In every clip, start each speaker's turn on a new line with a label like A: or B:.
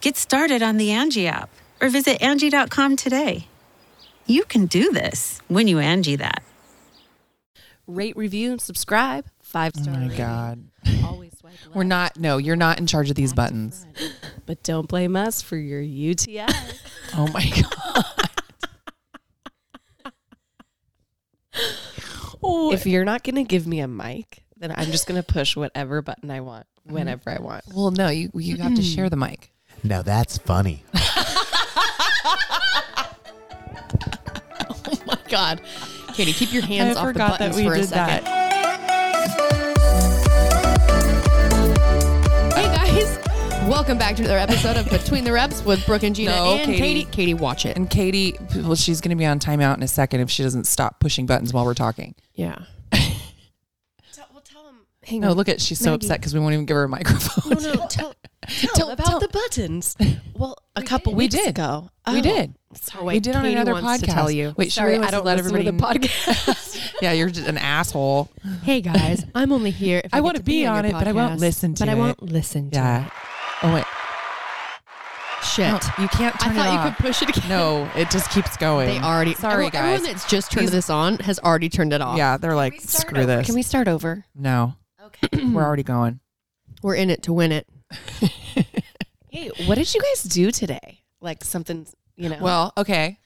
A: Get started on the Angie app or visit Angie.com today. You can do this when you Angie that.
B: rate, review, and subscribe. Five star.
C: Oh my
B: rating.
C: god.
B: Always swipe left.
C: We're not no, you're not in charge of these
B: back to
C: buttons.
B: front. But don't blame us for your UTI.
C: Oh my god.
B: if you're not going to give me a mic, then I'm just going to push whatever button I want
D: Mm-hmm.
B: whenever I want.
C: Well, no, you you have to share the mic.
E: Now that's funny.
D: my god. Katie, keep your hands
B: I
D: off the
B: forgot that
D: buttons
B: we
D: for a
B: did
D: second. Hey guys, welcome back to another episode of Between the Reps with Brooke and Gina
B: No,
D: and
B: Katie.
D: Katie. Katie. watch it.
C: And Katie, well, she's going to be on timeout in a second if she doesn't stop pushing buttons while we're talking.
D: Yeah. well, tell them. Hang
C: No, look at she's so upset because we won't even give her a microphone.
B: No, no, tell, tell,
D: Tell-
B: about
D: tell-
B: the buttons. Well, a couple
C: We
B: weeks
C: did.
B: ago.
C: We
B: Oh,
C: did.
D: Sorry,
C: we did on
D: Katie
C: another
D: wants
C: podcast.
D: To tell you.
C: Wait, should
D: Sorry,
C: we
D: I don't
C: let
D: listen to the
C: everybody-
D: podcast.
C: yeah, you're just an asshole.
D: hey guys, I'm only here. If
C: I
D: I,
C: wanna
D: want to
C: be on
D: your
C: it, but I won't
D: podcast,
C: listen to
D: But I
C: it.
D: won't listen to
C: Yeah. Oh wait,
D: it. Shit.
C: no, you can't
D: I
C: turn
D: thought
C: it
D: you
C: off.
D: could push it again.
C: no, it just keeps going.
D: They already.
C: Sorry,
D: everyone,
C: guys.
D: Everyone that's just turned
C: These-
D: this on has already turned it off.
C: yeah, they're like screw this.
D: Can we start over?
C: no,
D: Okay.
C: we're already going.
D: We're in it to win it.
B: Hey, what did you guys do today? Like something, you know.
C: Well, okay.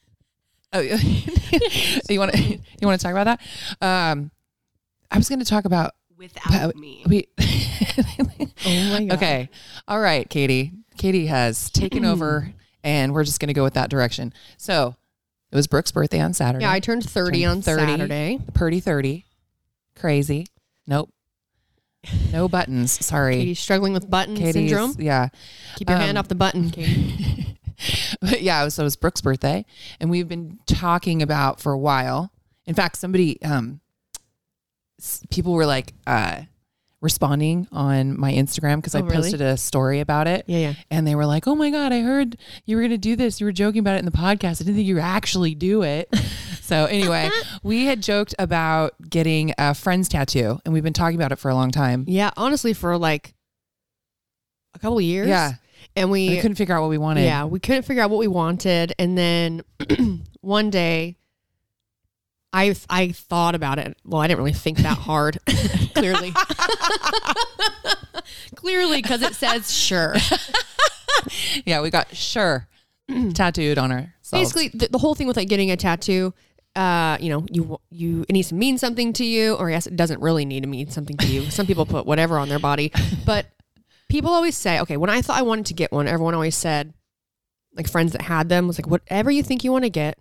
C: Oh, you want to you want to talk about that? Um, I was going to talk about
B: without me.
C: we.
D: Oh my god.
C: okay, all right, Katie. Katie has taken over, and we're just going to go with that direction. So it was Brooke's birthday on Saturday.
D: Yeah, I turned 30
C: Turned
D: on
C: 30.
D: Saturday.
C: Purdy thirty, crazy. Nope, no buttons. Sorry,
D: Katie's struggling with button
C: Katie's-
D: syndrome.
C: Yeah,
D: Keep your
C: um,
D: hand off the button, Katie.
C: but yeah, so it was Brooke's birthday, and we've been talking about for a while. In fact, somebody, um, s- people were like uh, responding on my Instagram because I
D: Oh, really?
C: posted a story about it.
D: Yeah, yeah.
C: And they were like, "Oh my god, I heard you were going to do this. You were joking about it in the podcast. I didn't think you would actually do it." so anyway, we had joked about getting a friend's tattoo, and we've been talking about it for a long time.
D: Yeah, honestly, for like a couple years.
C: Yeah,
D: And
C: And we
D: we,
C: couldn't figure out what we wanted.
D: yeah, we couldn't figure out what we wanted. And then one day, I I thought about it. Well, I didn't really think that hard. Clearly. Clearly, because it says sure.
C: yeah, we got sure tattooed on ourselves.
D: basically the, the whole thing with like getting a tattoo uh you know you you it needs to mean something to you or yes it doesn't really need to mean something to you some people put whatever on their body but people always say okay when i thought i wanted to get one everyone always said like friends that had them was like whatever you think you want to get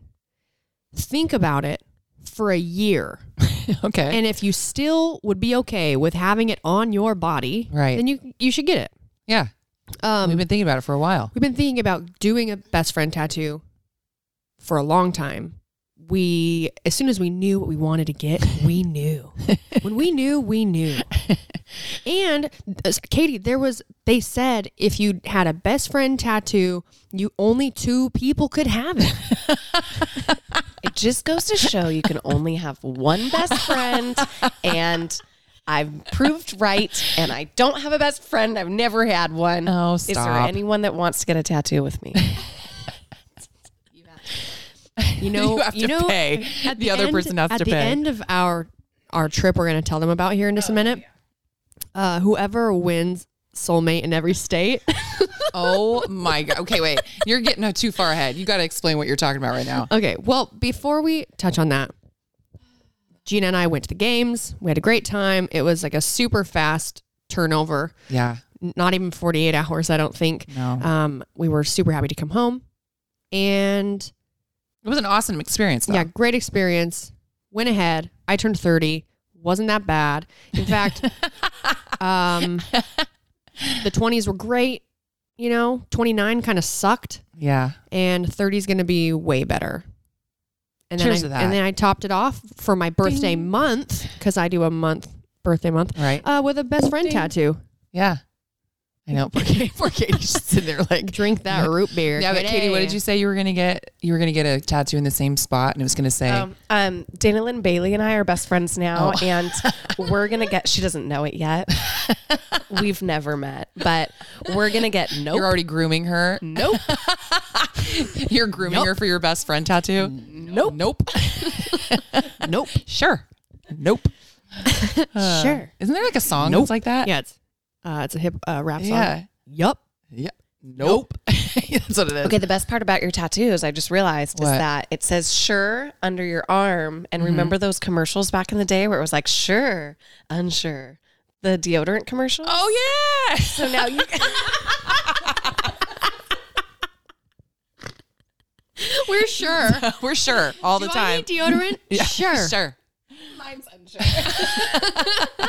D: think about it for a year
C: okay.
D: And if you still would be okay with having it on your body,
C: Right.
D: then you you should get it.
C: yeah.
D: Um,
C: We've been thinking about it for a while.
D: We've been thinking about doing a best friend tattoo for a long time. We, as soon as we knew what we wanted to get, we knew. when we knew, we knew. And uh, Katie, there was, they said if you had a best friend tattoo, you only two people could have it.
B: It just goes to show you can only have one best friend. And I've proved right. And I don't have a best friend. I've never had one.
C: Oh,
B: Is there
C: stop.
B: anyone that wants to get a tattoo with me?
D: You know,
C: You have to
D: know,
C: pay.
D: at
C: The other
D: end-
C: person has
D: at
C: to
D: the
C: pay. Oh,
D: end of our our trip, we're going to tell them about here in just a minute. Uh, whoever wins soulmate in every state.
C: Oh my god. Okay, wait. You're getting uh, too far ahead. You got to explain what you're talking about right now.
D: Okay. Well, before we touch on that, Gina and I went to the games. We had a great time. It was like a super fast turnover,
C: Yeah.
D: n- not even 48 hours, I don't think.
C: No.
D: Um, we were super happy to come home. And
C: It was an awesome experience. Though.
D: yeah, great experience. Went ahead. I turned 30. Wasn't that bad. In fact, um, the 20s were great. You know, 29 kind of sucked
C: Yeah.
D: and 30 is going to be way better. And then,
C: Cheers
D: I,
C: to that.
D: and then I topped it off for my birthday month because I do a month birthday month
C: Right.
D: uh, with a best friend tattoo.
C: Yeah. I know. Poor Katie, poor Katie's just sitting there like.
D: Drink that root beer.
C: Yeah, but Katie, what did you say you were gonna get? You were gonna get a tattoo in the same spot, and it was gonna say,
B: Um, um, Dana Lynn Bailey and I are best friends now,
C: Oh.
B: and we're gonna get. She doesn't know it yet. We've never met, but we're gonna get nope,
C: "You're already grooming her.
B: nope,
C: You're grooming her for your best friend tattoo."
B: nope,
C: Nope.
D: Nope.
C: Sure. Nope.
B: sure.
C: Isn't there like a song that's like that?
D: Yeah, it's uh, it's a hip uh, rap song.
C: Yeah.
D: Yup.
C: Yeah. Nope. that's what it is.
B: Okay, the best part about your tattoos, I just realized, is
C: What?
B: that it says "sure" under your arm. And
D: Mm-hmm.
B: remember those commercials back in the day where it was like "sure," "unsure," the deodorant commercial.
C: Oh yeah.
B: So now you.
D: We're sure.
C: We're sure all the
D: Do I
C: time.
D: need deodorant? Sure.
C: Sure. Mine's unsure.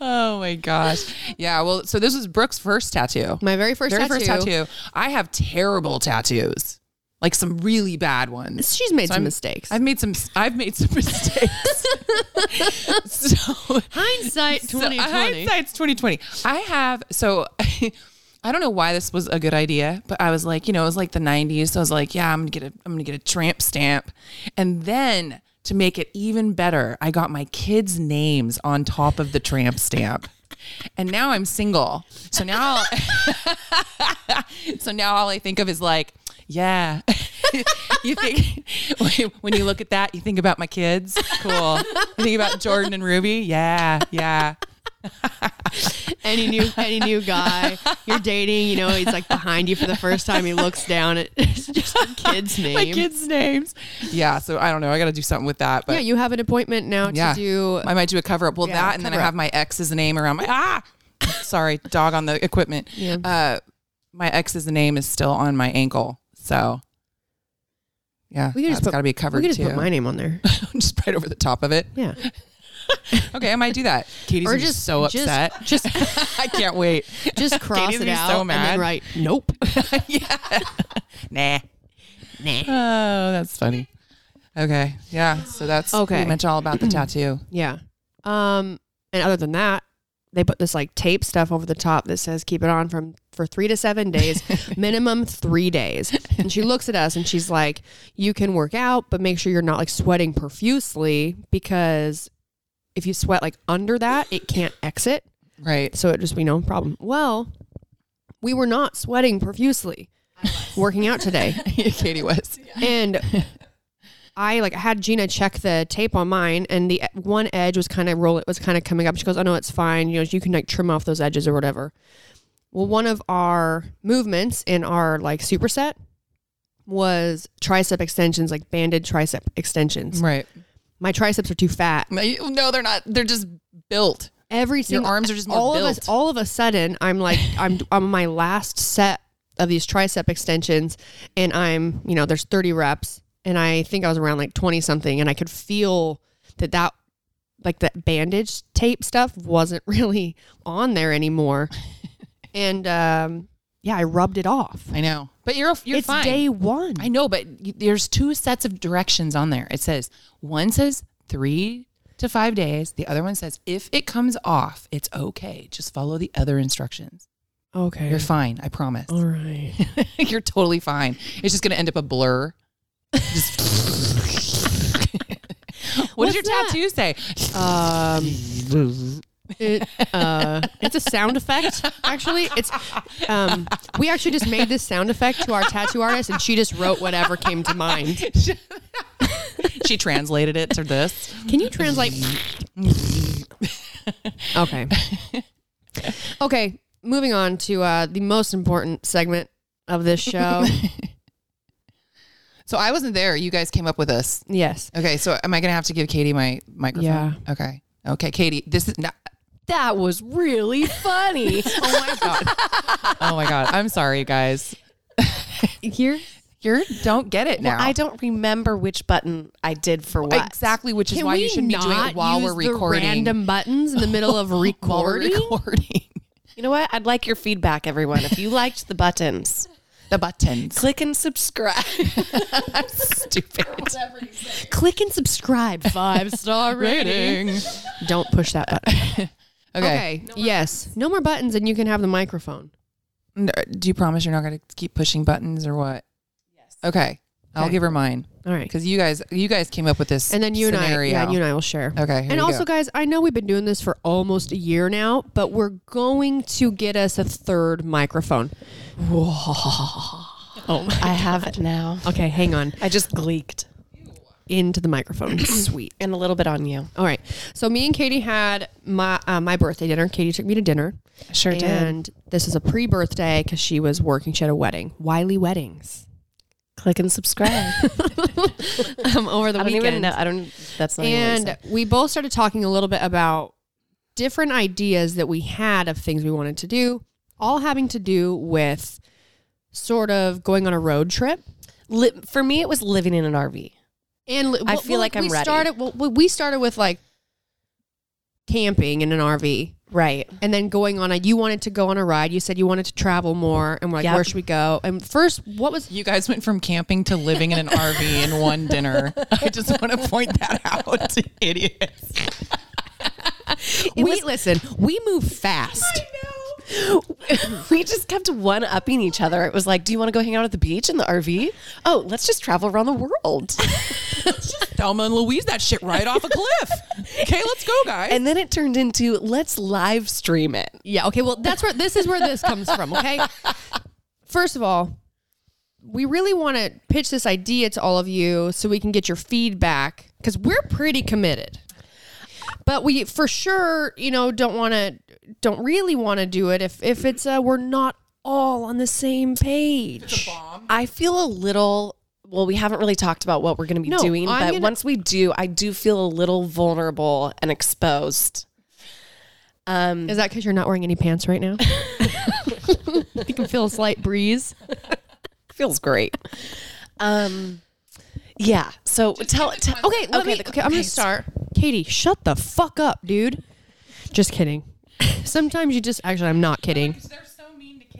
C: oh my gosh. Yeah. Well, so this was Brooke's first tattoo.
D: My very first
C: Very
D: tattoo.
C: first tattoo. I have terrible tattoos, like some really bad ones.
D: She's made
C: So
D: some
C: I'm-
D: mistakes.
C: I've made some. I've made some mistakes. so
D: Hindsight
C: so, uh-huh. hindsight's 2020. I have so I don't know why this was a good idea, but I was like, you know, it was like the 90s. So I was like, yeah, I'm gonna get a I'm gonna get a tramp stamp. And then to make it even better, I got my kids' names on top of the tramp stamp. And now I'm single. So now so now all I think of is like, yeah. you think when- when you look at that, you think about my kids. Cool. You think about Jordan and Ruby. Yeah, yeah.
D: any new any new guy you're dating, you know, he's like behind you for the first time. He looks down at it's just a kid's name.
C: My kids' names. Yeah. So I don't know. I got to do something with that. But
D: yeah, you have an appointment now
C: yeah.
D: to do.
C: I might do a cover up. Well,
D: Yeah,
C: that and then I
D: cover
C: have my ex's name around my ah. Sorry, dog on the equipment.
D: Yeah.
C: Uh, my ex's name is still on my ankle. So. Yeah,
D: We could just
C: that's
D: put-
C: got to be covered
D: we could just
C: too.
D: put my name on there.
C: just right over the top of it.
D: Yeah,
C: Okay, I might do that. Katie's
D: Or
C: gonna be
D: just-
C: so
D: just-
C: upset. Just, I can't wait.
D: just cross
C: Katie's
D: it
C: gonna be
D: out
C: so
D: and
C: mad.
D: then write nope.
C: yeah. Nah. Nah. Oh, that's funny. Okay. Yeah. So that's
D: Okay.
C: pretty much all about the tattoo.
D: Yeah. Um, and other than that, they put this like tape stuff over the top that says keep it on from for three to seven days, minimum three days. And she looks at us and she's like, You can work out, but make sure you're not like sweating profusely because if you sweat like under that, it can't exit.
C: Right.
D: So it just be no problem. Well, we were not sweating profusely working out today.
C: Katie was.
D: And I like had Gina check the tape on mine, and the uh, one edge was kind of roll. It was kind of coming up. She goes, "Oh no, it's fine. You know, you can like trim off those edges or whatever." Well, one of our movements in our like superset was tricep extensions, like banded tricep extensions.
C: Right.
D: My triceps are too fat.
C: No, they're not. They're just built.
D: Every single
C: arms are just more
D: all of us.
C: built.
D: All of a sudden, I'm like, I'm I'm on my last set of these tricep extensions, and I'm you know there's 30 reps, and I think I was around like 20 something, and I could feel that that like that bandage tape stuff wasn't really on there anymore. and um, yeah, I rubbed it off.
C: I know, but you're you're
D: it's
C: fine.
D: day one.
C: I know, but y- there's two sets of directions on there. It says one says three to five days. The other one says if it comes off, it's okay. Just follow the other instructions.
D: Okay.
C: You're fine. I promise.
D: All right.
C: you're totally fine. It's just gonna end up a blur. Just what does
D: What's
C: your
D: that?
C: tattoo say?
D: Um, it, uh, it's a sound effect. Actually, it's um, we actually just made this sound effect to our tattoo artist, and she just wrote whatever came to mind.
C: she translated it to this.
D: Can you translate? okay. Okay. Moving on to uh, the most important segment of this show.
C: So I wasn't there. You guys came up with this.
D: yes.
C: Okay, so am I gonna have to give Katie my microphone?
D: Yeah.
C: Okay. Okay, Katie. This is not.
D: That was really funny.
C: Oh my god. oh my god. I'm sorry, guys.
D: Here,
C: You don't get it now.
B: I don't remember which button I did for what.
C: exactly, which is
D: Can
C: why
D: we
C: you shouldn't be doing
D: not
C: it while we're
D: use the
C: recording.
D: random buttons in the middle of
C: while we're
D: recording.
C: recording
B: You know what? I'd like your feedback, everyone. If you liked the buttons,
C: the buttons.
B: click and subscribe.
C: Stupid.
D: Click and subscribe. Five star rating. Don't push that button.
C: Okay.
D: Okay. yes. No more buttons, and you can have the microphone.
C: N- uh, Do you promise you're not going to keep pushing buttons or what? Yes. Okay. I'll
D: Okay.
C: give her mine
D: All right.
C: because you guys, you guys came up with this,
D: And then you and I,
C: scenario.
D: yeah, you and I will share.
C: Okay, here
D: and
C: we
D: also,
C: go.
D: guys, I know we've been doing this for almost a year now, but we're going to get us a third microphone.
B: I have it now.
D: Okay, hang on.
B: I just gleeked.
D: Into the microphone. Sweet.
B: And a little bit on you.
D: All right. So me and Katie had my uh, my birthday dinner. Katie took me to dinner.
B: Sure
D: and this is a pre-birthday because she was working. She had a wedding. Wiley weddings.
B: Click and subscribe.
D: Um, over the
B: I don't
D: weekend.
B: even know. I don't. That's not. even what
D: and
B: it
D: we both started talking a little bit about different ideas that we had of things we wanted to do, all having to do with sort of going on a road trip.
B: said. Li- for me, it was living in an RV.
D: And li-
B: I
D: well,
B: feel
D: well,
B: like I'm
D: we
B: ready.
D: started. Well, well, we started with like camping in an RV,
B: Right.
D: and then going on a. You wanted to go on a ride. You said you wanted to travel more, and we're like,
B: Yep.
D: where should we go? And first, what was
C: You guys went from camping to living in an RV in one dinner. I just want to point that out to idiots.
D: we listen? We move fast.
B: we just kept one upping each other. It was like, do you want to go hang out at the beach in the RV? Oh, let's just travel around the world.
C: Thelma and Louise that shit right off a cliff. Okay, let's go, guys.
B: and then it turned into let's live stream it.
D: Yeah. Okay. Well, that's where this is where this comes from. Okay. First of all, we really want to pitch this idea to all of you so we can get your feedback because we're pretty committed. But we for sure, you know, don't want to, don't really want to do it if if it's uh, we're not all on the same page.
B: I feel a little. Well, we haven't really talked about what we're going to be
D: No,
B: doing,
D: I'm
B: but
D: gonna-
B: once we do, I do feel a little vulnerable and exposed. Um,
D: Is that because you're not wearing any pants right now? you can feel a slight breeze.
B: feels great. Um, yeah. So tell, tell. Okay.
D: Okay, let
B: Okay,
D: me.
B: the-
D: Okay, I'm gonna
B: okay,
D: start. Katie, shut the fuck up, dude. Just kidding. Sometimes you just actually, I'm not kidding. They're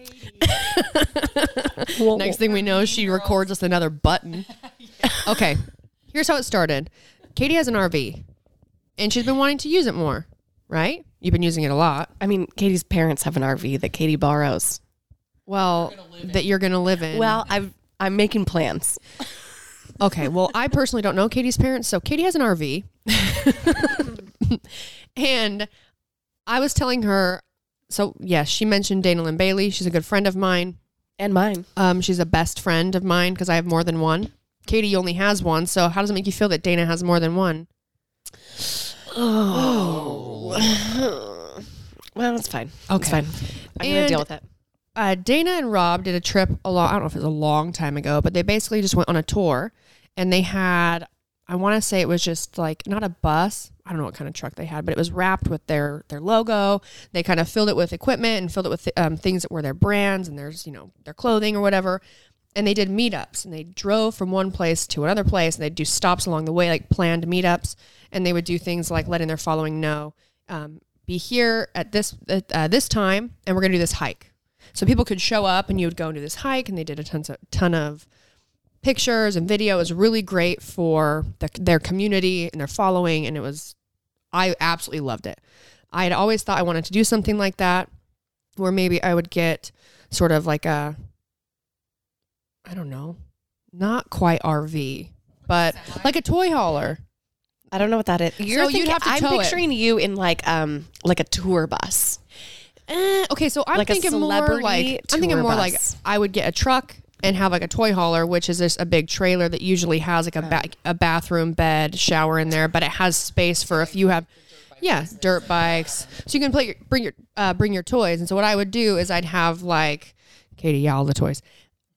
D: so mean to Katie. Next thing we know, she records us another button. Okay, here's how it started. Katie has an RV, and she's been wanting to use it more. Right? You've been using it a lot.
B: I mean, Katie's parents have an RV that Katie borrows.
D: Well, that you're gonna live in.
B: Well, I've I'm making plans.
D: Okay. Well, I personally don't know Katie's parents, so Katie has an RV. and I was telling her, so yes, she mentioned Dana Lynn Bailey. She's a good friend of mine.
B: And mine.
D: Um, she's a best friend of mine because I have more than one. Katie only has one, so how does it make you feel that Dana has more than one?
B: Oh. well, it's fine. It's
D: Okay.
B: fine. I'm gonna
D: And-
B: deal with it.
D: uh, Dana and Rob did a trip a long, I don't know if it was a long time ago, but they basically just went on a tour and they had, I want to say it was just like not a bus. I don't know what kind of truck they had, but it was wrapped with their their logo. They kind of filled it with equipment and filled it with um, things that were their brands and there's you know their clothing or whatever. and they did meetups and they drove from one place to another place and they'd do stops along the way like planned meetups and they would do things like letting their following know um, be here at this at, uh, this time and we're going to do this hike so people could show up and you would go and do this hike and they did a tons of, ton of pictures and video it was really great for the, their community and their following and it was i absolutely loved it i had always thought i wanted to do something like that where maybe i would get sort of like a i don't know not quite rv but like a toy hauler
B: I don't know what that is. You're
D: you'd
B: thinking-
D: have to
B: I'm
D: tow it.
B: picturing you in like um like a tour bus.
D: Eh, okay, so I'm
B: Like a
D: thinking more
B: celebrity
D: like I'm thinking
B: tour
D: more like
B: bus.
D: I would get a truck and have like a toy hauler, which is just a big trailer that usually has like a ba- a bathroom, bed, shower in there, but it has space for if you have yeah dirt bikes, so you can play your, bring your uh, bring your toys. And so what I would do is I'd have like Katie, yeah, all the toys.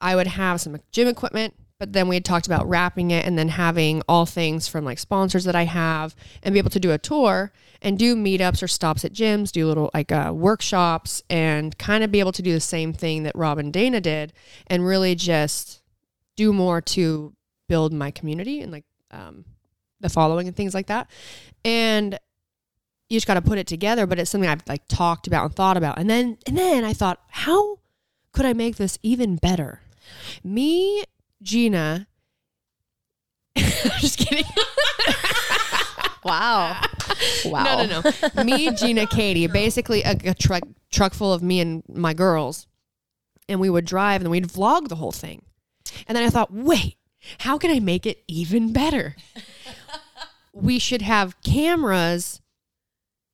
D: I would have some gym equipment, but then we had talked about wrapping it and then having all things from like sponsors that I have and be able to do a tour and do meetups or stops at gyms, do little like uh, workshops and kind of be able to do the same thing that Rob and Dana did and really just do more to build my community and like um, the following and things like that. And you just got to put it together, but it's something I've like talked about and thought about. And then, and then I thought, how could I make this even better? Me, Gina. just kidding.
B: Wow. wow.
D: No, no, no. me, Gina, Katie, basically a, a truck truck full of me and my girls, and we would drive and we'd vlog the whole thing. And then I thought, wait, how can I make it even better? we should have cameras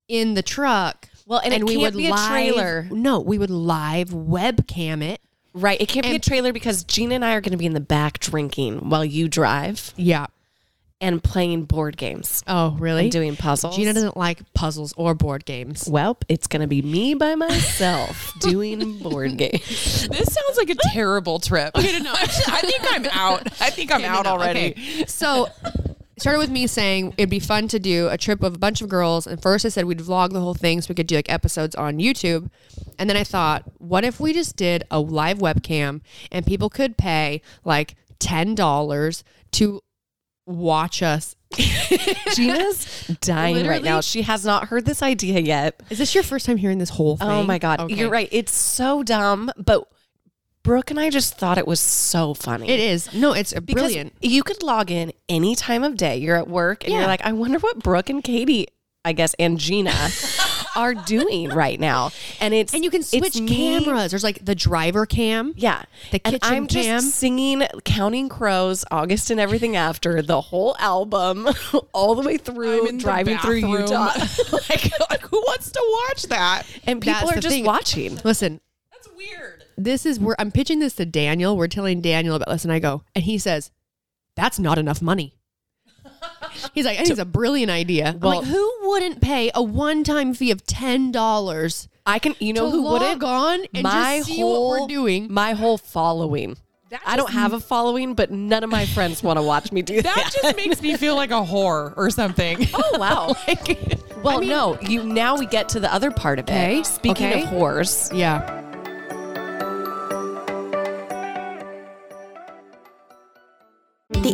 D: in the truck.
B: Well, and it
D: we
B: can't
D: would
B: be a
D: live,
B: trailer.
D: No, we would live webcam it.
B: Right. It can't be a
D: And-
B: trailer because Gina and I are going to be in the back drinking while you drive
D: Yeah.
B: and playing board games
D: Oh, really?
B: and doing puzzles.
D: Gina doesn't like puzzles or board games.
B: Welp, it's going to be me by myself doing board games.
C: This sounds like a terrible trip. Okay, no, I think I'm out. I think I'm out already.
D: So it started with me saying it'd be fun to do a trip of a bunch of girls. And first I said we'd vlog the whole thing so we could do like episodes on YouTube. And then I thought, what if we just did a live webcam and people could pay like ten dollars to watch us?
B: Gina's dying right now.
D: Literally.
B: She has not heard this idea yet.
D: Is this your first time hearing this whole thing?
B: Oh my God.
D: Okay.
B: You're right. It's so dumb, but Brooke and I just thought it was so funny.
D: It is. No, it's a
B: Because
D: brilliant.
B: You could log in any time of day. You're at work and you're
D: Yeah.
B: like, I wonder what Brooke and Katie, I guess, and Gina are doing right now. And it's
D: And you can
B: it's
D: switch
B: me-
D: cameras. There's like the driver cam.
B: Yeah.
D: The
B: and
D: kitchen
B: I'm
D: cam.
B: just singing Counting Crows, August and Everything After, the whole album, all the way
C: I'm
B: through,
C: in the
B: driving through Utah.
C: bathroom. like, like, who wants to watch that?
B: and people
D: That's
B: are
D: the
B: just
D: thing.
B: watching.
D: Listen,
C: That's weird.
D: this is where I'm pitching this to Daniel. We're telling Daniel about this, and I go, and he says, "That's not enough money." He's like, "I think it's a brilliant idea." I'm
B: Well-
D: like, who wouldn't pay a one-time fee of ten dollars
B: I can, you know,
D: to
B: who
D: log
B: wouldn't?
D: on and
B: my
D: just see
B: whole
D: what we're doing?
B: my whole following. I don't have a following, but none of my friends want to watch me do that.
C: That just makes me feel like a whore or something.
B: Oh wow! well, no, you now we get to the other part of it.
D: Okay,
B: Speaking
D: okay.
B: of whores,
D: yeah.
E: The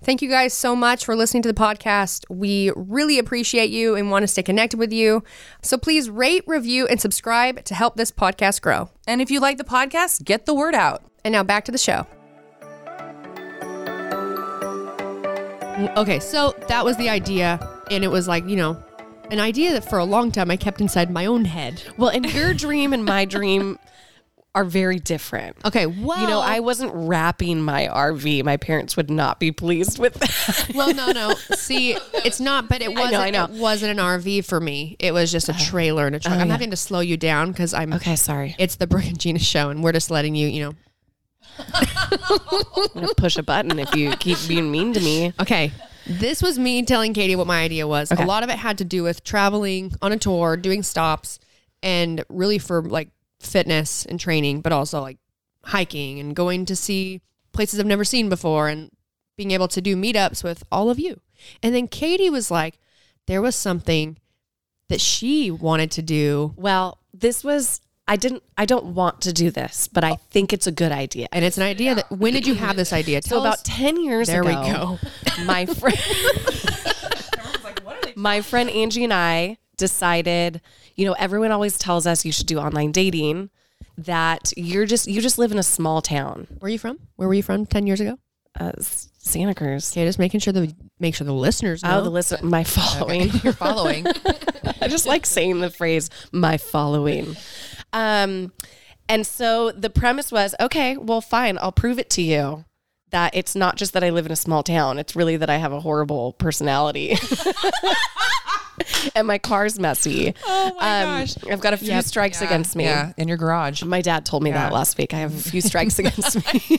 D: Thank you guys so much for listening to the podcast. We really appreciate you and want to stay connected with you. So please rate, review, and subscribe to help this podcast grow.
C: And if you like the podcast, get the word out.
D: And now back to the show. Okay, so that was the idea, and it was like, you know, an idea that for a long time I kept inside my own head.
B: Well, and your dream and my dream are very different.
D: Okay, well,
B: You know, I wasn't wrapping my RV. My parents would not be pleased with that.
D: well, no, no. See, it's not, but it wasn't.
B: I know.
D: It wasn't an RV for me. It was just a trailer and a truck. I'm having to slow you down because I'm
B: okay, sorry.
D: It's the Brooke and Gina show, and we're just letting you, you know.
B: I'm gonna push a button if you keep being mean to me.
D: Okay. This was me telling Katie what my idea was. A lot of it had to do with traveling on a tour, doing stops, and really for like fitness and training, but also like hiking and going to see places I've never seen before and being able to do meetups with all of you. And then Katie was like, there was something that she wanted to do,
B: Well, this was I didn't I don't want to do this, but I think it's a good idea.
D: and it's an idea that when did you have this idea?
B: So
D: Tell
B: about
D: us-
B: ten years
D: There we
B: ago, my friend, my friend Angie and I decided. You know, everyone always tells us you should do online dating. That you're just you just live in a small town,
D: where are you from? Where were you from ten years ago?
B: uh, S- Santa Cruz.
D: Okay, just making sure the make sure the listeners know.
B: Oh, the listen, my following.
C: You're following.
B: I just like saying the phrase "my following." Um, and so the premise was, okay, well, fine, I'll prove it to you that it's not just that I live in a small town; it's really that I have a horrible personality. And my car's messy. Oh my gosh! I've got a few strikes against me.
C: yeah, in your garage.
B: My dad told me that
C: Yeah.
B: last week. I have a few strikes against me.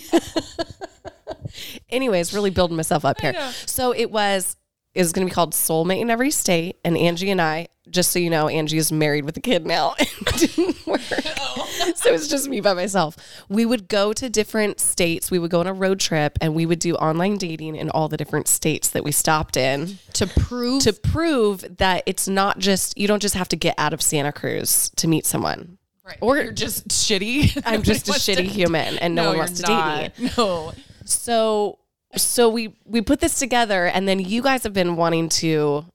B: Anyways, really building myself up here. So it was it was going to be called Soulmate in Every State, and Angie and I. Just so you know, Angie is married with a kid now. It didn't work,
D: Oh.
B: so it's just me by myself. We would go to different states. We would go on a road trip, and we would do online dating in all the different states that we stopped in
D: to prove
B: to prove that it's not just you don't just have to get out of Santa Cruz to meet someone.
C: or you're just shitty.
B: I'm just a
C: Nobody wants
B: shitty human and no, one wants to
C: you're
B: date me.
C: not. No.
B: So so we we put this together and then you guys have been wanting to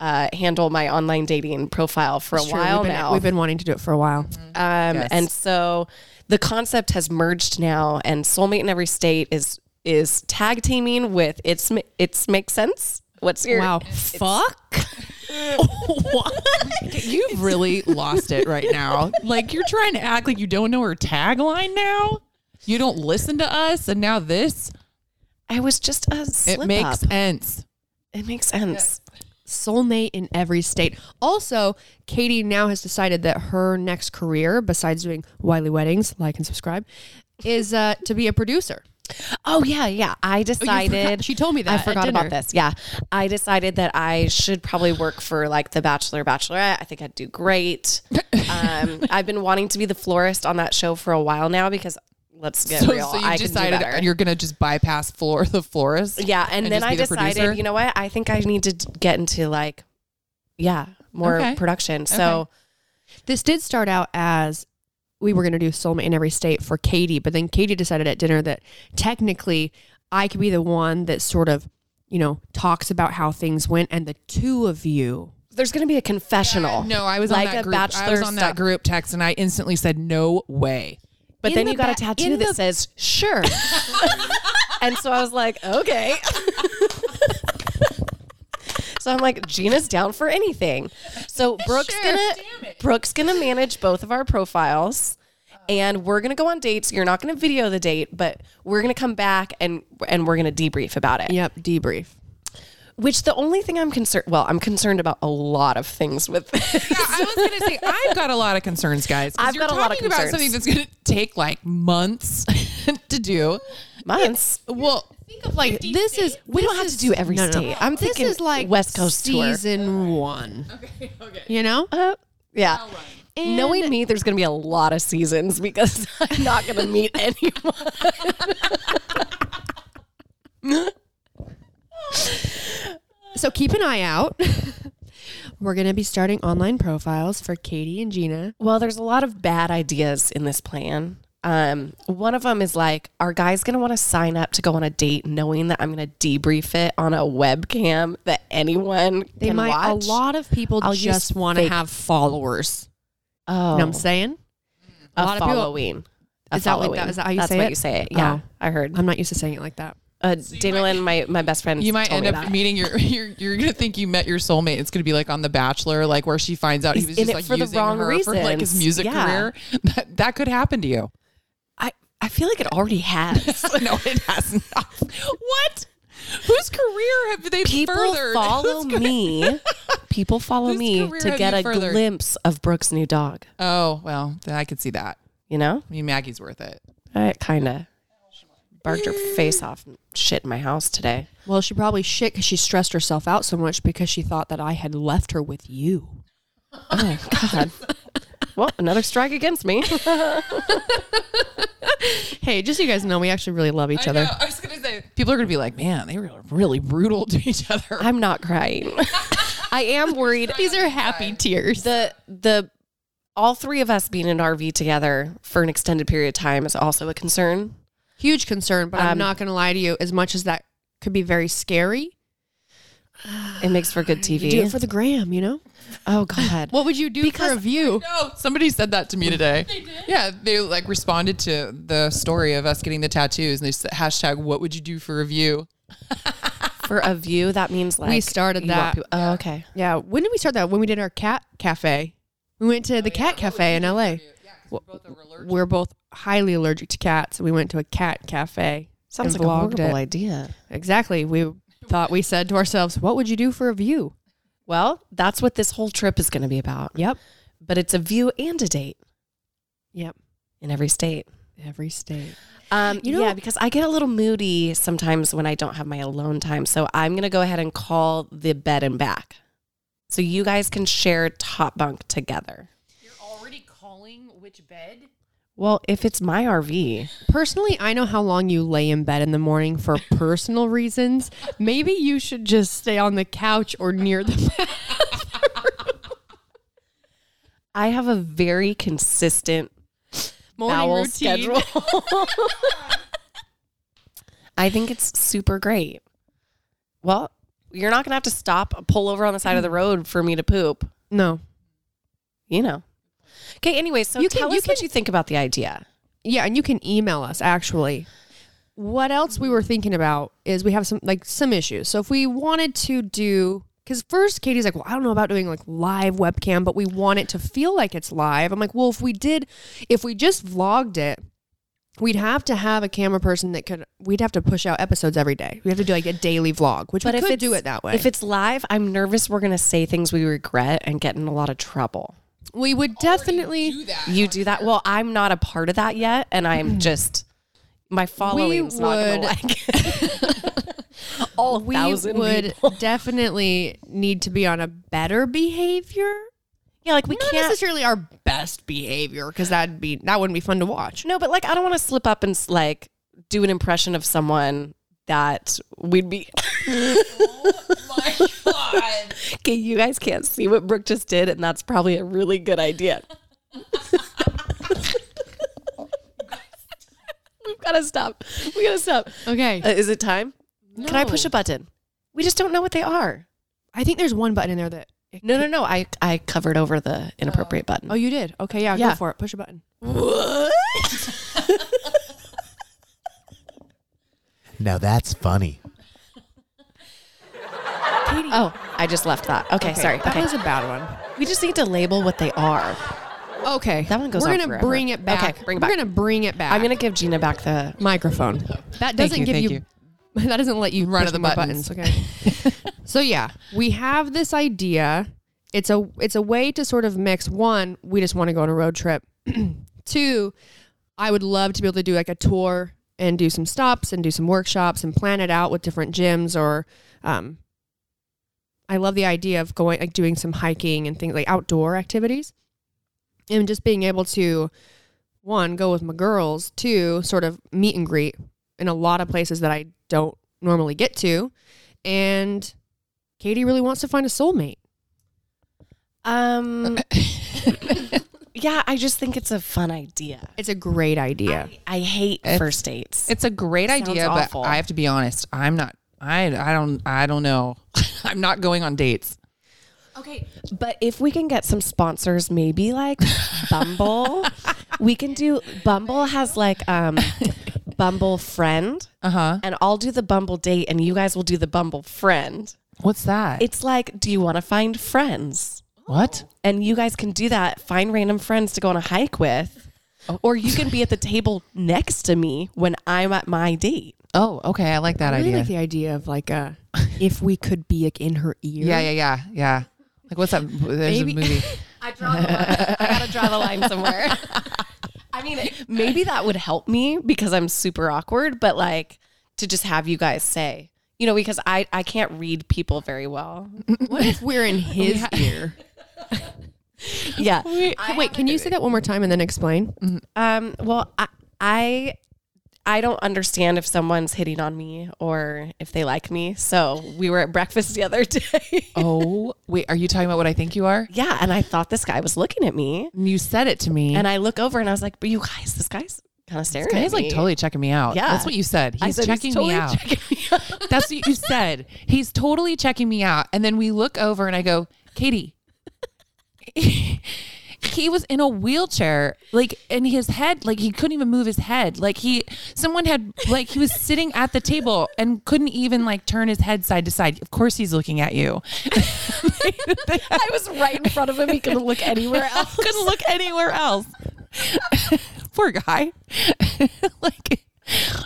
B: uh, handle my online dating profile for a
D: It's true,
B: while
D: we've been,
B: now.
D: We've been wanting to do it for a while.
B: um, and so the concept has merged now and soulmate in every state is is tag teaming with it's Ma- it's makes sense. What's your
D: Wow.
B: fuck?
C: You've really lost it right now. Like you're trying to act like you don't know her tagline now. You don't listen to us, and now this.
B: I was just a slip
C: it makes
B: up.
C: sense.
B: It makes sense.
D: Soulmate in every state. Also, Katie now has decided that her next career, besides doing Wiley weddings, like and subscribe, is uh, to be a producer.
B: Oh yeah, yeah. I decided.
D: She told me that
B: I
D: at
B: forgot about
D: dinner.
B: this. Yeah, I decided that I should probably work for like The Bachelor, Bachelorette. I think I'd do great. Um, I've been wanting to be the florist on that show for a while now because let's get
C: So,
B: real.
C: so you
B: I
C: decided
B: can do better.
C: you're gonna just bypass floor the florist.
B: yeah, and,
C: and
B: then
C: just
B: I
C: be the
B: decided,
C: producer?
B: you know what? I think I need to d- get into like, yeah, more
C: Okay.
B: production. So
D: This did start out as we were going to do soulmate in every state for Katie, but then Katie decided at dinner that technically I could be the one that sort of, you know, talks about how things went, and the two of you.
B: there's going to be a confessional.
C: No, I was
B: like
C: on that
B: a
C: group.
B: bachelor
C: I was on
B: stuff.
C: that group text, and I instantly said, "No way."
B: But
D: In
B: then
D: the
B: you got a
D: ba-
B: tattoo that
D: in the-
B: says, sure. and so I was like, okay. so I'm like, Gina's down for anything. So Brooke's gonna Brooke's gonna manage both of our profiles. And we're gonna go on dates. You're not gonna video the date, but we're gonna come back and and we're gonna debrief about it.
D: Yep, debrief.
B: Which the only thing I'm concerned well, I'm concerned about a lot of things with this.
C: I was gonna say I've got a lot of concerns, guys. 'cause
B: I've
C: you're
B: got a lot of
C: talking about
B: concerns.
C: something that's gonna take like months to do.
B: months.
C: Well,
D: Think of like this is
B: We
D: this
B: don't have
D: is-
B: to do every state. I'm
D: this
B: thinking
D: is like
B: West Coast tour.
D: season one. Okay, okay. You know,
B: Uh, yeah.
D: And-
B: Knowing me, there's going to be a lot of seasons because I'm not going to meet anyone.
D: so keep an eye out. We're gonna be starting online profiles for Katie and Gina.
B: Well, there's a lot of bad ideas in this plan. Um, one of them is like, are guys going to want to sign up to go on a date knowing that I'm going to debrief it on a webcam that anyone
D: They
B: can
D: might.
B: watch?
D: A lot of people
B: I'll
D: just
B: use
D: want to
B: fake-
D: have followers.
B: Oh,
D: You know what I'm saying?
B: a,
D: a lot of people-
B: following. a
D: Is that what-
B: following.
D: that- is that how you
B: That's
D: say
B: what
D: it?
B: you say it. Yeah,
D: Oh.
B: I heard.
D: I'm not used to saying it like that.
B: Uh, Dana Lynn, my, my best friend,
C: You might
B: told
C: end
B: me
C: up
B: that.
C: meeting your you're you're gonna think you met your soulmate. It's gonna be like on The Bachelor, like where she finds out
B: He's
C: he was
B: in
C: just
B: it
C: like
B: for the
C: using
B: wrong
C: her for like his
B: reasons.
C: music
B: Yeah.
C: career. That that could happen to you.
B: I, I feel like it already has.
C: no, it has not. What? Whose career have they
B: people
C: furthered?
B: follow
C: Whose career-
B: me. People follow
C: Whose
B: me
C: career
B: to
C: have
B: get
C: you
B: a
C: furthered?
B: glimpse of Brooke's new dog.
C: Oh well, then I could see that.
B: You know,
C: I mean, Maggie's worth it.
B: I kind of barked her face off and shit in my house today.
D: Well, she probably shit because she stressed herself out so much because she thought that I had left her with you.
B: Oh God. well, another strike against me.
D: Hey, just so you guys know, we actually really love each
C: I
D: other.
C: know, I was gonna say people are gonna be like, man, they were really brutal to each other.
B: I'm not crying. I am worried.
D: These are happy tears.
B: the the all three of us being in an RV together for an extended period of time is also a concern.
D: Huge concern, but I'm
B: Um,
D: not going to lie to you. As much as that could be very scary,
B: It makes for good
D: you do it
B: TV.
D: for the gram, you know?
B: oh God.
D: What would you do for a view?
C: No, somebody said that to me today. They did. Yeah, they like responded to the story of us getting the tattoos, and they said hashtag What would you do for a view?
B: for a view, that means like
D: started
B: you want
D: that.
B: people- oh, okay.
D: Yeah. When did we start that? When we did our cat cafe. We went
B: Oh,
D: to the cat cafe in LA. Well, we're both highly allergic to cats. and We went to a cat cafe.
B: Sounds
D: and
B: like a
D: vlogged
B: horrible
D: it.
B: idea.
D: Exactly. We thought we said to ourselves, what would you do for a view?
B: Well, that's what this whole trip is going to be about.
D: Yep.
B: But it's a view and a date
D: Yep.
B: in every state.
D: Every state.
B: Um,
D: You know-
B: yeah, because I get a little moody sometimes when I don't have my alone time. So I'm going to go ahead and call the bed and back. So you guys can share top bunk together. You're already calling which bed? Well, if it's my RV,
D: Personally, I know how long you lay in bed in the morning for personal reasons. Maybe you should just stay on the couch or near the bed.
B: I have a very consistent
D: Morning
B: bowel
D: routine.
B: schedule. I think it's super great. Well, you're not gonna have to stop, pull over on the side of the road for me to poop.
D: No.
B: You know. Okay. Anyway, so
D: You can-
B: tell
D: you
B: us what
D: can-
B: you think about the idea.
D: Yeah, and you can email us actually. What else we were thinking about is we have some like some issues. So if we wanted to do because first Katie's like, well, I don't know about doing like live webcam, but we want it to feel like it's live. I'm like, well, if we did, if we just vlogged it, we'd have to have a camera person that could. We'd have to push out episodes every day. We have to do like a daily vlog, which we could do it that way.
B: if it's live, I'm nervous we're gonna say things we regret and get in a lot of trouble.
D: we would definitely
B: You do that. Mm. Well, I'm not a part of that yet, and I'm just my following's not gonna
D: would-
B: like it. all
D: we
B: thousand
D: would
B: people.
D: definitely need to be on a better behavior.
B: Yeah, like we
D: not
B: can't
D: necessarily our best behavior because that'd be that wouldn't be fun to watch.
B: No, but like I don't want to slip up and s- like do an impression of someone that we'd be.
D: Oh
B: Okay, you guys can't see what Brooke just did, and that's probably a really good idea. We've got to stop. We got to stop.
D: Okay,
B: Uh, is it time? Can I push a button? We just don't know what they are.
D: I think there's one button in there that.
B: No, no, no. I I covered over the inappropriate button.
D: Oh, you did. Okay, yeah,
B: Yeah.
D: go for it. Push a button.
B: what?
F: Now that's funny.
B: oh, I just left that. Okay, sorry.
D: that
B: Okay,
D: was a bad one.
B: we just need to label what they are.
D: Okay,
B: That one goes
D: We're
B: on
D: gonna
B: forever.
D: bring it back.
B: Okay, bring it
D: We're
B: back.
D: gonna bring it back.
B: I'm gonna give Gina back the.
D: microphone. That doesn't
C: you,
D: give
C: thank
D: you, That doesn't let you
C: Run
D: push
C: of the
D: more
C: buttons.
D: Okay. so yeah, we have this idea. It's a it's a way to sort of mix. One, we just want to go on a road trip. Two, I would love to be able to do like a tour and do some stops and do some workshops and plan it out with different gyms or um, I love the idea of going like doing some hiking and things like outdoor activities and just being able to one go with my girls two sort of meet and greet in a lot of places that I don't normally get to and Katie really wants to find a soulmate.
B: Um, yeah, I just think it's a fun idea.
D: It's a great idea.
B: I, I hate
C: It's-
B: first dates.
C: It's a great
B: Sounds
C: idea,
B: awful.
C: but I have to be honest. I'm not. I I don't I don't know. I'm not going on dates.
B: okay, but if we can get some sponsors, maybe like Bumble, we can do. Bumble has like um, Bumble Friend,
C: Uh huh.
B: and I'll do the Bumble date, and you guys will do the Bumble Friend.
C: What's that?
B: It's like, do you want to find friends?
C: what?
B: And you guys can do that. Find random friends to go on a hike with. Or you can be at the table next to me when I'm at my date.
C: Oh, okay. I like that
D: I really
C: idea.
D: like the idea of like a if we could be like in her ear.
C: yeah, yeah, yeah, yeah. Like what's that? There's
D: Maybe-
C: a movie.
B: I draw the line. I gotta draw the line somewhere. I mean, maybe that would help me because I'm super awkward, but like to just have you guys say, you know, because I, I can't read people very well.
D: What if we're in his ear?
B: Yeah.
D: Wait, can you say that one more time and then explain?
C: Mm-hmm.
B: Um, well, I, I, I don't understand if someone's hitting on me or if they like me. So we were at breakfast the other day.
C: oh, wait. Are you talking about what I think you are?
B: yeah. And I thought this guy was looking at me.
C: You said it to me,
B: And I look over and I was like, but you guys, this guy's kind of staring
C: This guy's
B: at me.
C: like totally checking me out.
B: Yeah.
C: that's what you said.
B: I
C: He's
B: said,
C: checking
B: totally
C: me out.
B: checking me out.
C: That's what you said. He's totally checking me out. And then we look over and I go, Katie, he was in a wheelchair, like, and his head, like, he couldn't even move his head. Like, he, someone had, like, he was sitting at the table and couldn't even, like, turn his head side to side. Of course he's looking at you.
B: I was right in front of him. He couldn't look anywhere else.
C: couldn't look anywhere else. Poor guy. like,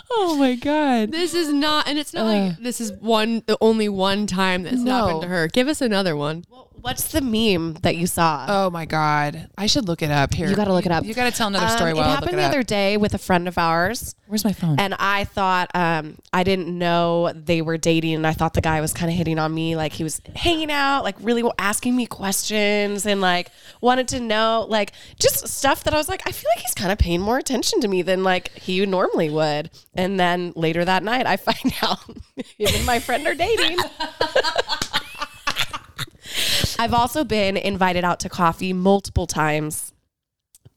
C: oh my God.
D: This is not, and it's not
C: Uh.
D: like this is one, the only one time that's happened to her. Give us another one.
B: What's the meme that you saw?
C: Oh my God. I should look it up here.
B: you got to look it up.
C: You got to tell another
B: Um,
C: story
B: it
C: while I look
B: happened
C: it
B: the
C: up.
B: other day with a friend of ours.
C: Where's my phone?
B: And I thought um, I didn't know they were dating, and I thought the guy was kind of hitting on me, like he was hanging out, like really asking me questions, and like wanted to know, like just stuff that I was like, I feel like he's kind of paying more attention to me than like he normally would. And then later that night, I find out him and my friend are dating. I've also been invited out to coffee multiple times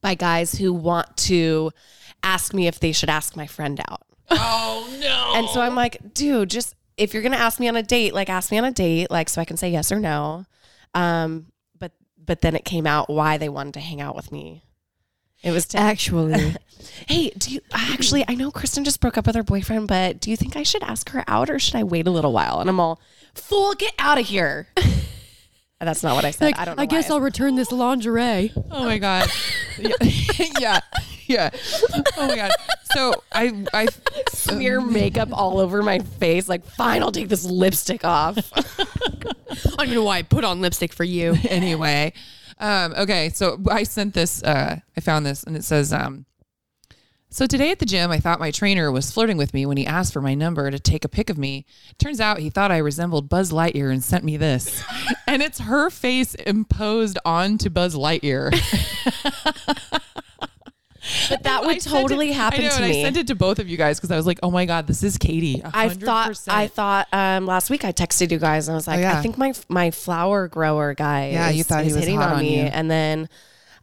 B: by guys who want to ask me if they should ask my friend out. Oh no. And so I'm like, dude, just if you're gonna ask me on a date, like ask me on a date, like so I can say yes or no. Um, but but then it came out why they wanted to hang out with me. It was to
D: Actually,
B: hey, do you actually? I know Kristen just broke up with her boyfriend, but do you think I should ask her out or should I wait a little while? And I'm all, fool, get out of here. That's not what I said.
D: like,
B: I
D: I,
B: don't know.
D: guess I'll return this lingerie.
C: Oh my god. yeah. yeah. Yeah. Oh my god. So I I
B: smear makeup all over my face. Like, fine, I'll take this lipstick off.
D: I don't even know why I put on lipstick for you.
C: anyway. Um okay, so I sent this uh I found this and it says um so today at the gym, I thought my trainer was flirting with me when he asked for my number to take a pic of me. Turns out he thought I resembled Buzz Lightyear and sent me this. and it's her face imposed onto Buzz Lightyear.
B: But that
C: I
B: would
C: sent it-
B: totally happen
C: I know,
B: to
C: and
B: me.
C: I sent it to both of you guys because I was like, "Oh my god, this is Katie."
B: I thought
C: 100%.
B: I thought um, last week I texted you guys and I was like,
C: Oh, yeah.
B: I think my my flower grower guy
C: Yeah,
B: is,
C: you thought he
B: is
C: was
B: hitting
C: hot
B: on
C: on
B: me.
C: you.
B: And then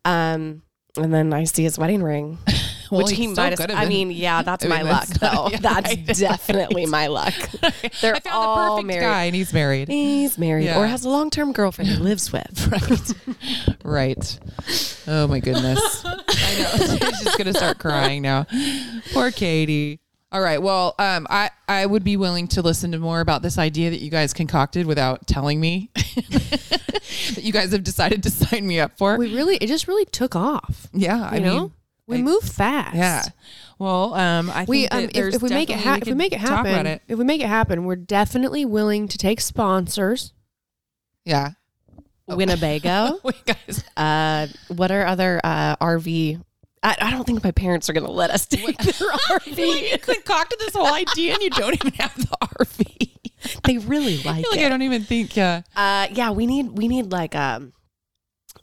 B: um and then I see his wedding ring.
C: Well,
B: which he
C: still
B: might have
C: could've
B: I
C: been.
B: mean, yeah, that's
C: I mean,
B: my luck
C: that's not-
B: though.
C: yeah,
B: that's
C: right.
B: definitely my luck. They're
C: I found
B: all
C: the perfect
B: married.
C: guy, and he's married.
B: He's married
C: Yeah.
B: or has a long term girlfriend he lives with.
C: Right. Oh my goodness. I know. She's just gonna start crying now. Poor Katie. All right. Well, um, I I would be willing to listen to more about this idea that you guys concocted without telling me that you guys have decided to sign me up for.
D: We really, it just really took off.
C: yeah,
D: You
C: I
D: know,
C: mean,
D: we
C: I-
D: move fast.
C: yeah. Well, um, I think
D: We
C: that
D: um, if,
C: there's
D: if we make it
C: definitely-
D: ha- if we
C: could
D: make it
C: talk
D: happen,
C: about it.
D: if we make it happen, we're definitely willing to take sponsors.
C: Yeah.
B: Winnebago.
C: Wait, guys.
B: Uh, what are other uh, RV I, I don't think my parents are going to let us take their RV.
C: concocted this whole idea and you don't even have the RV.
B: they really like
C: Like,
B: it.
C: I don't even think, yeah.
B: Uh, yeah, we need we need like um,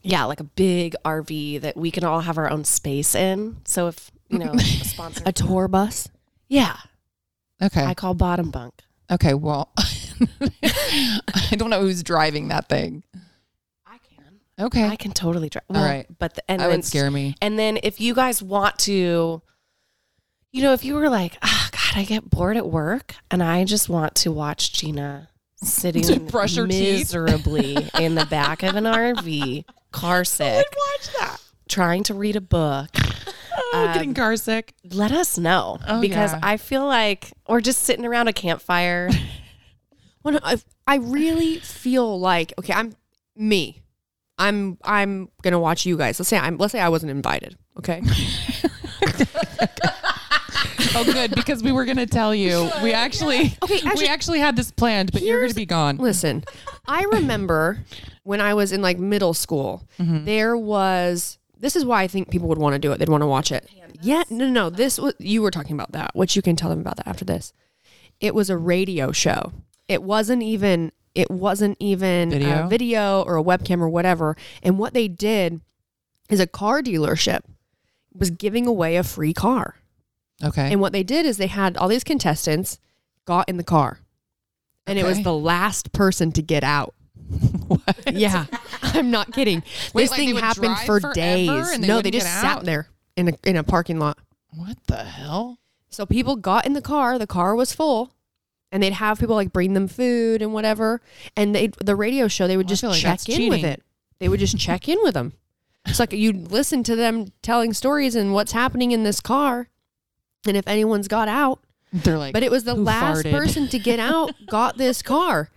B: yeah, like a big RV that we can all have our own space in. So if you know a sponsor,
D: A tour bus.
B: yeah,
C: Okay.
B: I call bottom bunk.
C: okay. Well, I don't know who's driving that thing.
B: I can,
C: Okay.
B: I can totally drive.
C: All right.
B: but the, and
C: that
B: then
C: would scare me.
B: And then if you guys want to, you know, if you were like, ah, God, I get bored at work and I just want to watch Gina
C: To
B: sitting
C: brush her teeth.
B: miserably in the back of an RV, car sick,
C: Watch that.
B: trying to read a book.
C: Oh, getting
B: Um,
C: car sick.
B: Let us know
C: Oh,
B: because
C: yeah.
B: I feel like, or just sitting around a campfire.
D: Well, no, I, I really feel like okay, I'm me. I'm I'm gonna watch you guys. Let's say I'm let's say I wasn't invited. Okay,
C: Oh, good because we were gonna tell you. We actually, we
D: actually-
C: actually had this planned, but you're gonna be gone.
D: listen. I remember when I was in like middle school,
C: Mm-hmm.
D: there was this is why I think people would want to do it. They'd want to watch it. Yeah, no, no, no. This was you were talking about that, which you can tell them about that after this. It was a radio show. It wasn't even it wasn't even
C: Video?
D: a video or a webcam or whatever. And what they did is a car dealership was giving away a free car.
C: Okay.
D: And what they did is they had all these contestants got in the car. And it was
C: Okay.
D: the last person to get out.
C: What?
D: Yeah. I'm not kidding.
C: Wait,
D: this
C: like they
D: thing
C: would
D: happened
C: drive
D: for
C: forever
D: days.
C: and they
D: no, they
C: wouldn't
D: just
C: get out?
D: sat there in a in a parking lot.
C: What the hell?
D: So people got in the car, the car was full, and they'd have people like bring them food and whatever. And they the radio show, they would
C: Well, Oh, I
D: just
C: feel like
D: check
C: that's
D: in with
C: cheating.
D: it. They would just check in with them. It's like you'd listen to them telling stories and what's happening in this car. And if anyone's got out,
C: They're like,
D: but it was the
C: who
D: last
C: farted?
D: person to get out got this car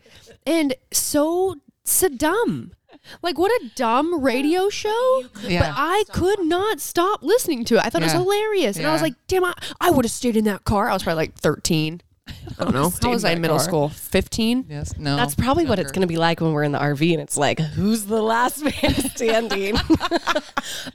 D: and so so dumb like what a dumb radio show but
C: Yeah.
D: i could not stop listening to it i thought it
C: Yeah.
D: was hilarious and i was
C: Yeah.
D: like damn i, I would have stayed in that car i was probably like 13 i don't know
C: Stayed
D: how
C: in
D: was i in
C: that
D: middle
C: car.
D: school 15
C: Yes. No.
B: That's probably what it's going to be like when we're in the RV and it's like, who's the last man standing?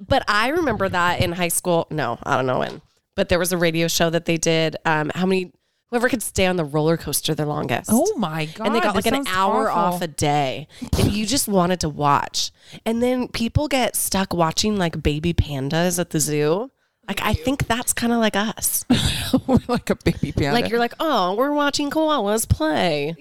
B: but I remember that in high school. No, I don't know when, but there was a radio show that they did. Um, how many, whoever could stay on the roller coaster the longest.
C: Oh my god!
B: and they got
C: this
B: like an
C: sounds
B: hour
C: awful.
B: off a day if you just wanted to watch. And then people get stuck watching like baby pandas at the zoo. Like, I think that's kind of like us.
C: We're like a baby panda.
B: Like you're like, oh, we're watching koalas play,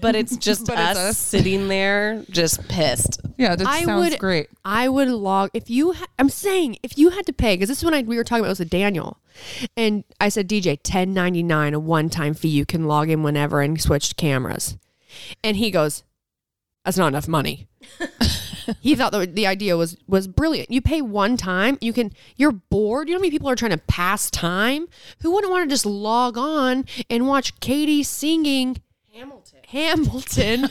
B: but it's just
C: But it's
B: us,
C: us.
B: sitting there just pissed.
C: yeah, that
D: I
C: sounds
D: would-
C: great.
D: I would log if you. Ha- I'm saying if you had to pay because this is when I, we were talking about it was with Daniel, and I said DJ ten ninety nine a one time fee you can log in whenever and switch cameras, and he goes, that's not enough money. he thought that the idea was was brilliant. You pay one time, you can. You're bored. You know how many people are trying to pass time? Who wouldn't want to just log on and watch Katie singing Hamilton? Hamilton.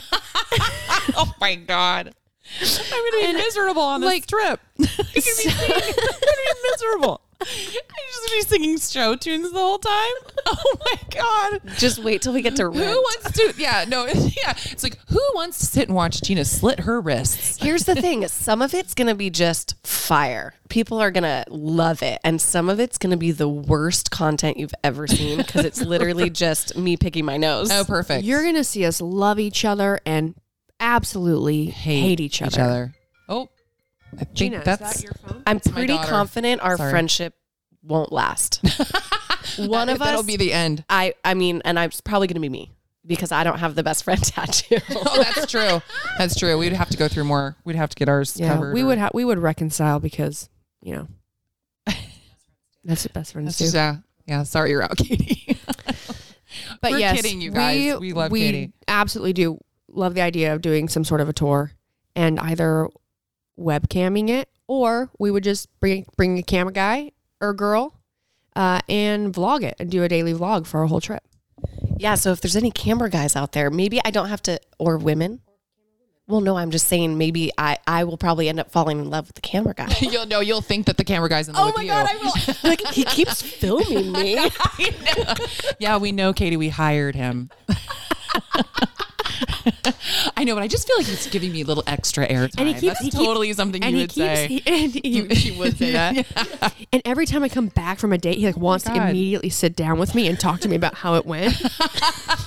C: Oh my god! I'm gonna be miserable on this
D: like-
C: trip. I'm gonna be, singing. I'm gonna be miserable. I'm just gonna be singing show tunes the whole time. Oh my god!
B: Just wait till we get to
C: Who
B: rent.
C: wants to? Yeah, no, yeah. It's like who wants to sit and watch Gina slit her wrists?
B: Here's the thing: some of it's gonna be just fire. People are gonna love it, and some of it's gonna be the worst content you've ever seen because it's literally just me picking my nose.
C: Oh, perfect.
D: You're gonna see us love each other and absolutely hate, each other.
C: Oh, I think
D: Gina, is
C: that's
D: that your phone?
B: I'm
C: my
B: pretty
C: daughter.
B: confident our
C: Sorry.
B: friendship won't last. One of
C: That'll
B: us.
C: be the end.
B: I. I mean, and I'm probably gonna be me because I don't have the best friend tattoo.
C: Oh, that's true. That's true. We'd have to go through more. We'd have to get ours
D: Yeah,
C: covered.
D: we would
C: or-
D: ha- we would reconcile because you know that's what best friends
C: That's
D: do.
C: just, yeah. Yeah. Sorry, you're out, Katie.
D: but
C: We're
D: yes,
C: kidding, you guys. We love Katie.
D: absolutely do love the idea of doing some sort of a tour and either webcamming it or we would just bring bring a camera guy or girl uh, and vlog it and do a daily vlog for our whole trip.
B: Yeah, so if there's any camera guys out there, maybe I don't have to or women. Well, no, I'm just saying maybe I I will probably end up falling in love with the camera guy.
C: you'll know. You'll think that the camera guy's
D: Oh
C: in love with you.
B: will. like he keeps filming me.
C: yeah, we know, Katie. We hired him. I know, but I just feel like he's giving me a little extra air time.
D: And he keeps
C: That's
D: he keeps-
C: totally something
D: and
C: you
D: he
C: would
D: keeps,
C: say.
D: He, and he,
C: she would say that.
D: And every time I come back from a date, he like wants to
C: God.
D: immediately sit down with me and talk to me about how it went.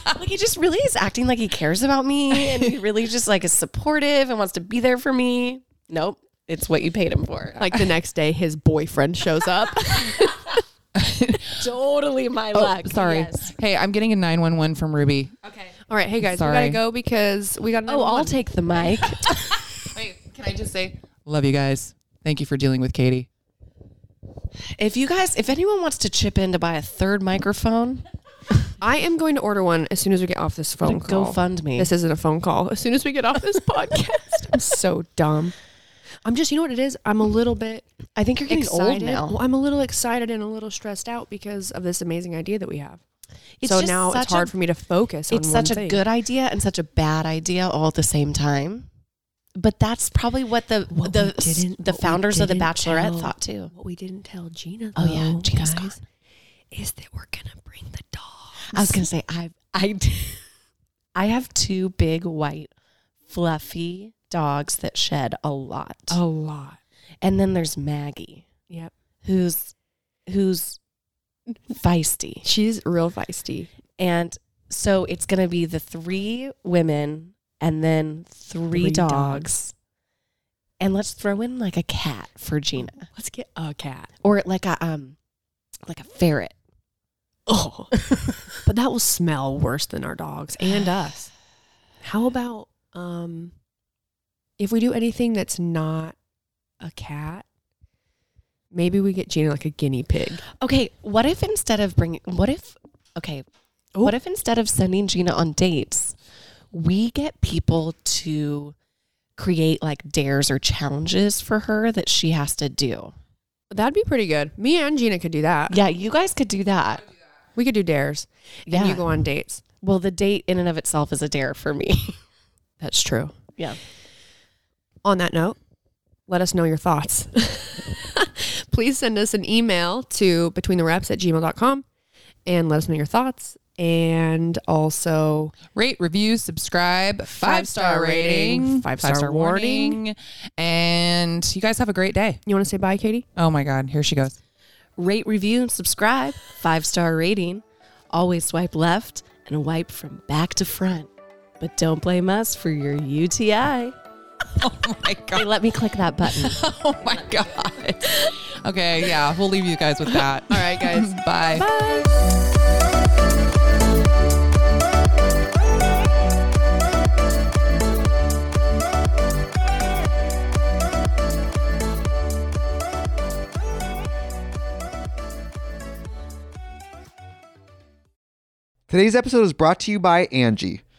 B: Like he just really is acting like he cares about me and he really just like is supportive and wants to be there for me. Nope. It's what you paid him for. Like
D: like the next day, his boyfriend shows up.
B: totally my
C: Oh,
B: luck.
C: sorry.
B: Yes.
C: Hey, I'm getting a 911 from Ruby.
D: All right, hey guys, we
C: Sorry.
D: gotta go because we got.
B: Oh, I'll take the mic.
C: Wait, can I just say, love you guys. Thank you for dealing with Katie.
B: if you guys if anyone wants to chip in to buy a third microphone,
D: I am going to order one as soon as we get off this phone
B: What a
D: call.
B: GoFundMe.
D: This isn't a phone call. As soon as we get off this podcast, I'm so dumb. I'm just, you know what it is? I'm a little bit
B: I think you're getting old
D: excited.
B: now.
D: Well, I'm a little excited and a little stressed out because of this amazing idea that we have.
B: It's
D: so
B: just
D: now
B: such
D: it's
B: a-
D: hard for me to focus.
B: It's
D: on
B: such a
D: one thing.
B: good idea and such a bad idea all at the same time. But that's probably what the
D: What we
B: the
D: didn't-
B: the
D: what we
B: founders of the
D: didn't
B: Bachelorette
D: tell-
B: thought too.
D: What we didn't tell Gina,
B: Oh, yeah,
D: though,
B: Gina's
D: guys, is that we're gonna bring the dogs.
B: I was gonna say I I d- I have two big white fluffy dogs that shed a lot,
D: a lot.
B: and then there's Maggie
D: Oh. Yep,
B: who's who's feisty,
D: she's real feisty.
B: and so it's gonna be the three women and then three,
D: Three
B: dogs.
D: dogs.
B: and let's throw in like a cat for Gina
D: Let's get a cat.
B: or like a um like a ferret.
D: Oh, but that will smell worse than our dogs and us. How about um, if we do anything that's not a cat? Maybe we get Gina like a guinea pig.
B: Okay, what if instead of bringing, what if, okay, what if instead of sending Gina on dates, we get people to create like dares or challenges for her that she has to do?
D: That'd be pretty good. Me and Gina could do that.
B: Yeah, you guys could do that.
D: We could do dares.
B: Yeah.
D: And you go on dates.
B: Well, the date in and of itself is a dare for me.
D: That's true.
B: Yeah.
D: On that note, let us know your thoughts. Please send us an email to between the reps at gmail.com and let us know your thoughts. And also,
C: Rate, review, subscribe, five star rating,
D: Five star warning.
C: and you guys have a great day.
D: you want to say bye, Katie?
C: Oh my God, here she goes.
B: Rate, review, and subscribe, five star rating. Always swipe left and wipe from back to front. But don't blame us for your UTI.
C: Oh my
B: Hey,
C: God.
B: let me click that button.
C: Oh my God. Okay, yeah, we'll leave you guys with that. All right, guys. Bye.
G: Today's episode is brought to you by Angie.